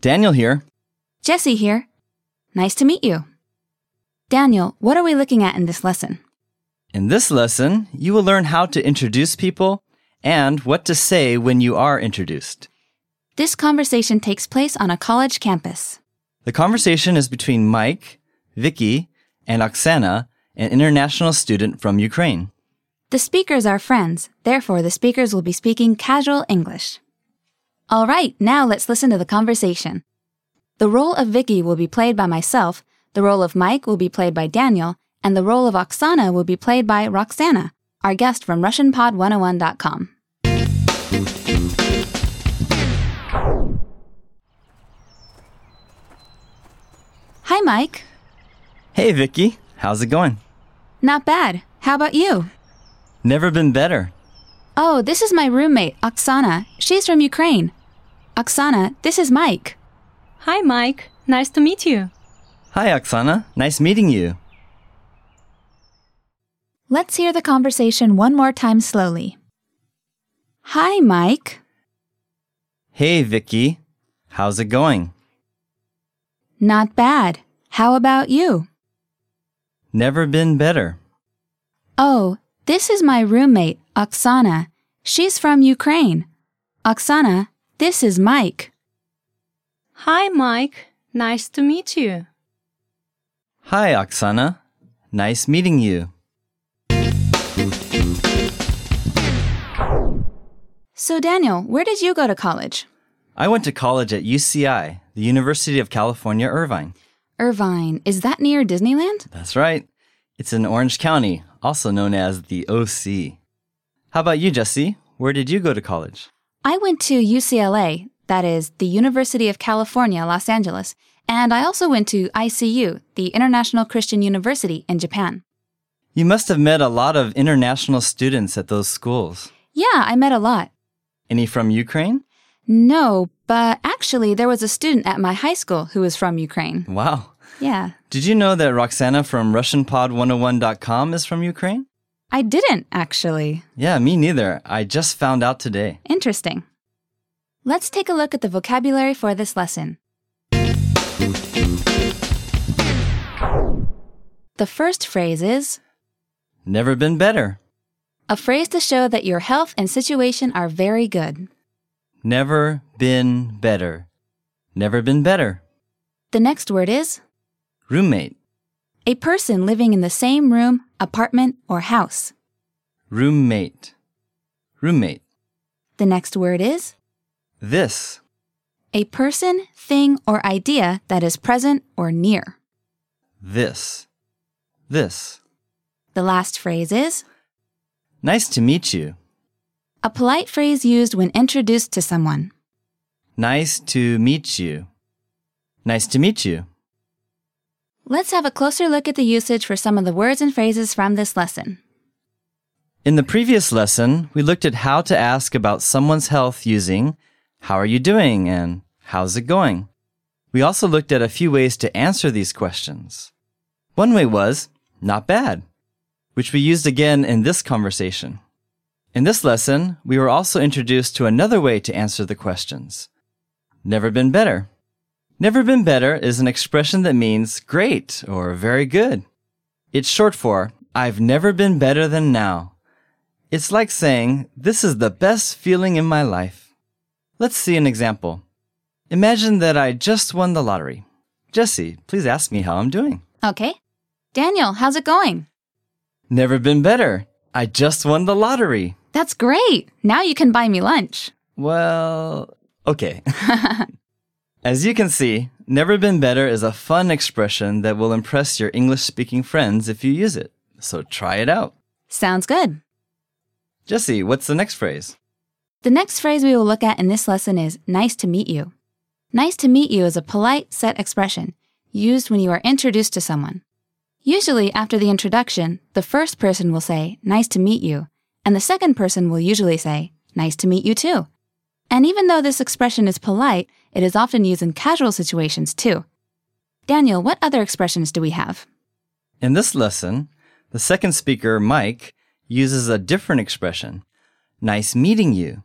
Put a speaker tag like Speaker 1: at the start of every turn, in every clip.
Speaker 1: Daniel here.
Speaker 2: Jesse here. Nice to meet you. Daniel, what are we looking at in this lesson?
Speaker 1: In this lesson, you will learn how to introduce people and what to say when you are introduced.
Speaker 2: This conversation takes place on a college campus.
Speaker 1: The conversation is between Mike, Vicky, and Oksana, an international student from Ukraine.
Speaker 2: The speakers are friends, therefore, the speakers will be speaking casual English. All right, now let's listen to the conversation. The role of Vicky will be played by myself, the role of Mike will be played by Daniel, and the role of Oksana will be played by Roxana, our guest from RussianPod101.com. Hi, Mike.
Speaker 1: Hey, Vicky. How's it going?
Speaker 2: Not bad. How about you?
Speaker 1: Never been better.
Speaker 2: Oh, this is my roommate, Oksana. She's from Ukraine. Oksana, this is Mike.
Speaker 3: Hi, Mike. Nice to meet you.
Speaker 1: Hi, Oksana. Nice meeting you.
Speaker 2: Let's hear the conversation one more time slowly. Hi, Mike.
Speaker 1: Hey, Vicky. How's it going?
Speaker 2: Not bad. How about you?
Speaker 1: Never been better.
Speaker 2: Oh, this is my roommate, Oksana. She's from Ukraine. Oksana, this is Mike.
Speaker 3: Hi, Mike. Nice to meet you.
Speaker 1: Hi, Oksana. Nice meeting you.
Speaker 2: So, Daniel, where did you go to college?
Speaker 1: I went to college at UCI, the University of California, Irvine.
Speaker 2: Irvine. Is that near Disneyland?
Speaker 1: That's right. It's in Orange County, also known as the OC. How about you, Jesse? Where did you go to college?
Speaker 2: I went to UCLA, that is, the University of California, Los Angeles, and I also went to ICU, the International Christian University in Japan.
Speaker 1: You must have met a lot of international students at those schools.
Speaker 2: Yeah, I met a lot.
Speaker 1: Any from Ukraine?
Speaker 2: No, but actually, there was a student at my high school who was from Ukraine.
Speaker 1: Wow.
Speaker 2: Yeah,
Speaker 1: Did you know that Roxana from RussianPod101.com is from Ukraine?
Speaker 2: I didn't actually.
Speaker 1: Yeah, me neither. I just found out today.
Speaker 2: Interesting. Let's take a look at the vocabulary for this lesson. The first phrase is
Speaker 1: Never been better.
Speaker 2: a phrase to show that your health and situation are very good.
Speaker 1: Never been better. Never been better.
Speaker 2: The next word is
Speaker 1: Roommate.
Speaker 2: a person living in the same room, apartment, or house.
Speaker 1: Roommate. Roommate.
Speaker 2: The next word is
Speaker 1: This.
Speaker 2: a person, thing, or idea that is present or near.
Speaker 1: This. This.
Speaker 2: The last phrase is
Speaker 1: Nice to meet you.
Speaker 2: a polite phrase used when introduced to someone.
Speaker 1: Nice to meet you. Nice to meet you.
Speaker 2: Let's have a closer look at the usage for some of the words and phrases from this lesson.
Speaker 1: In the previous lesson, we looked at how to ask about someone's health using How are you doing? and How's it going? We also looked at a few ways to answer these questions. One way was Not bad, which we used again in this conversation. In this lesson, we were also introduced to another way to answer the questions Never been better. Never been better is an expression that means great or very good. It's short for I've never been better than now. It's like saying, This is the best feeling in my life. Let's see an example. Imagine that I just won the lottery. Jesse, please ask me how I'm doing.
Speaker 2: Okay. Daniel, how's it going?
Speaker 1: Never been better. I just won the lottery.
Speaker 2: That's great. Now you can buy me lunch.
Speaker 1: Well, okay. As you can see, never been better is a fun expression that will impress your English speaking friends if you use it. So try it out.
Speaker 2: Sounds good.
Speaker 1: Jesse, what's the next phrase?
Speaker 2: The next phrase we will look at in this lesson is nice to meet you. Nice to meet you is a polite set expression used when you are introduced to someone. Usually, after the introduction, the first person will say, nice to meet you, and the second person will usually say, nice to meet you too. And even though this expression is polite, it is often used in casual situations too. Daniel, what other expressions do we have?
Speaker 1: In this lesson, the second speaker, Mike, uses a different expression nice meeting you.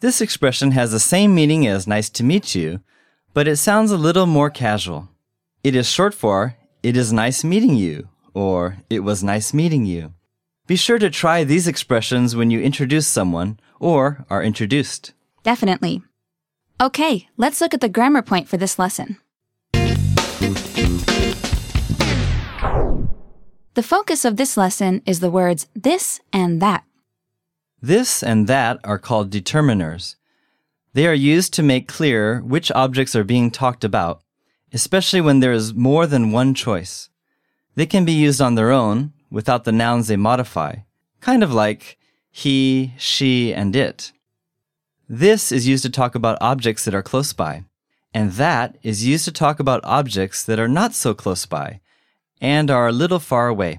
Speaker 1: This expression has the same meaning as nice to meet you, but it sounds a little more casual. It is short for, it is nice meeting you, or it was nice meeting you. Be sure to try these expressions when you introduce someone or are introduced.
Speaker 2: Definitely. Okay, let's look at the grammar point for this lesson. The focus of this lesson is the words this and that.
Speaker 1: This and that are called determiners. They are used to make clear which objects are being talked about, especially when there is more than one choice. They can be used on their own without the nouns they modify, kind of like he, she, and it. This is used to talk about objects that are close by, and that is used to talk about objects that are not so close by and are a little far away.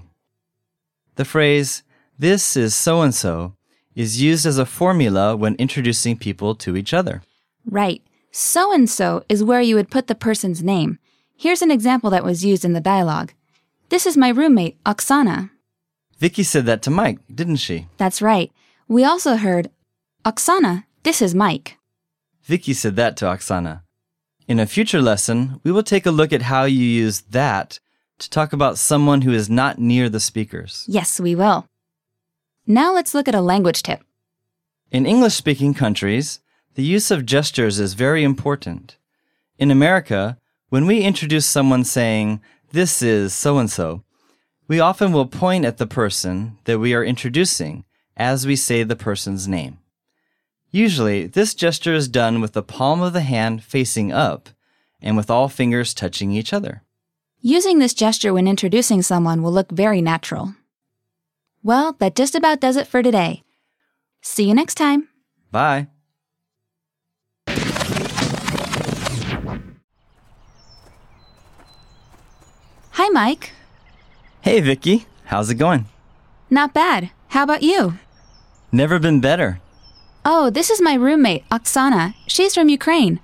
Speaker 1: The phrase, this is so and so, is used as a formula when introducing people to each other.
Speaker 2: Right. So and so is where you would put the person's name. Here's an example that was used in the dialogue. This is my roommate, Oksana.
Speaker 1: Vicky said that to Mike, didn't she?
Speaker 2: That's right. We also heard, Oksana, this is Mike.
Speaker 1: Vicky said that to Oksana. In a future lesson, we will take a look at how you use that to talk about someone who is not near the speakers.
Speaker 2: Yes, we will. Now let's look at a language tip.
Speaker 1: In English speaking countries, the use of gestures is very important. In America, when we introduce someone saying, This is so and so, we often will point at the person that we are introducing as we say the person's name. Usually, this gesture is done with the palm of the hand facing up and with all fingers touching each other.
Speaker 2: Using this gesture when introducing someone will look very natural. Well, that just about does it for today. See you next time.
Speaker 1: Bye.
Speaker 2: Hi, Mike.
Speaker 1: Hey, Vicky. How's it going?
Speaker 2: Not bad. How about you?
Speaker 1: Never been better.
Speaker 2: Oh, this is my roommate, Oksana. She's from Ukraine.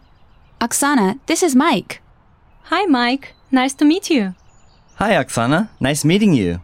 Speaker 2: Oksana, this is Mike.
Speaker 3: Hi, Mike. Nice to meet you.
Speaker 1: Hi, Oksana. Nice meeting you.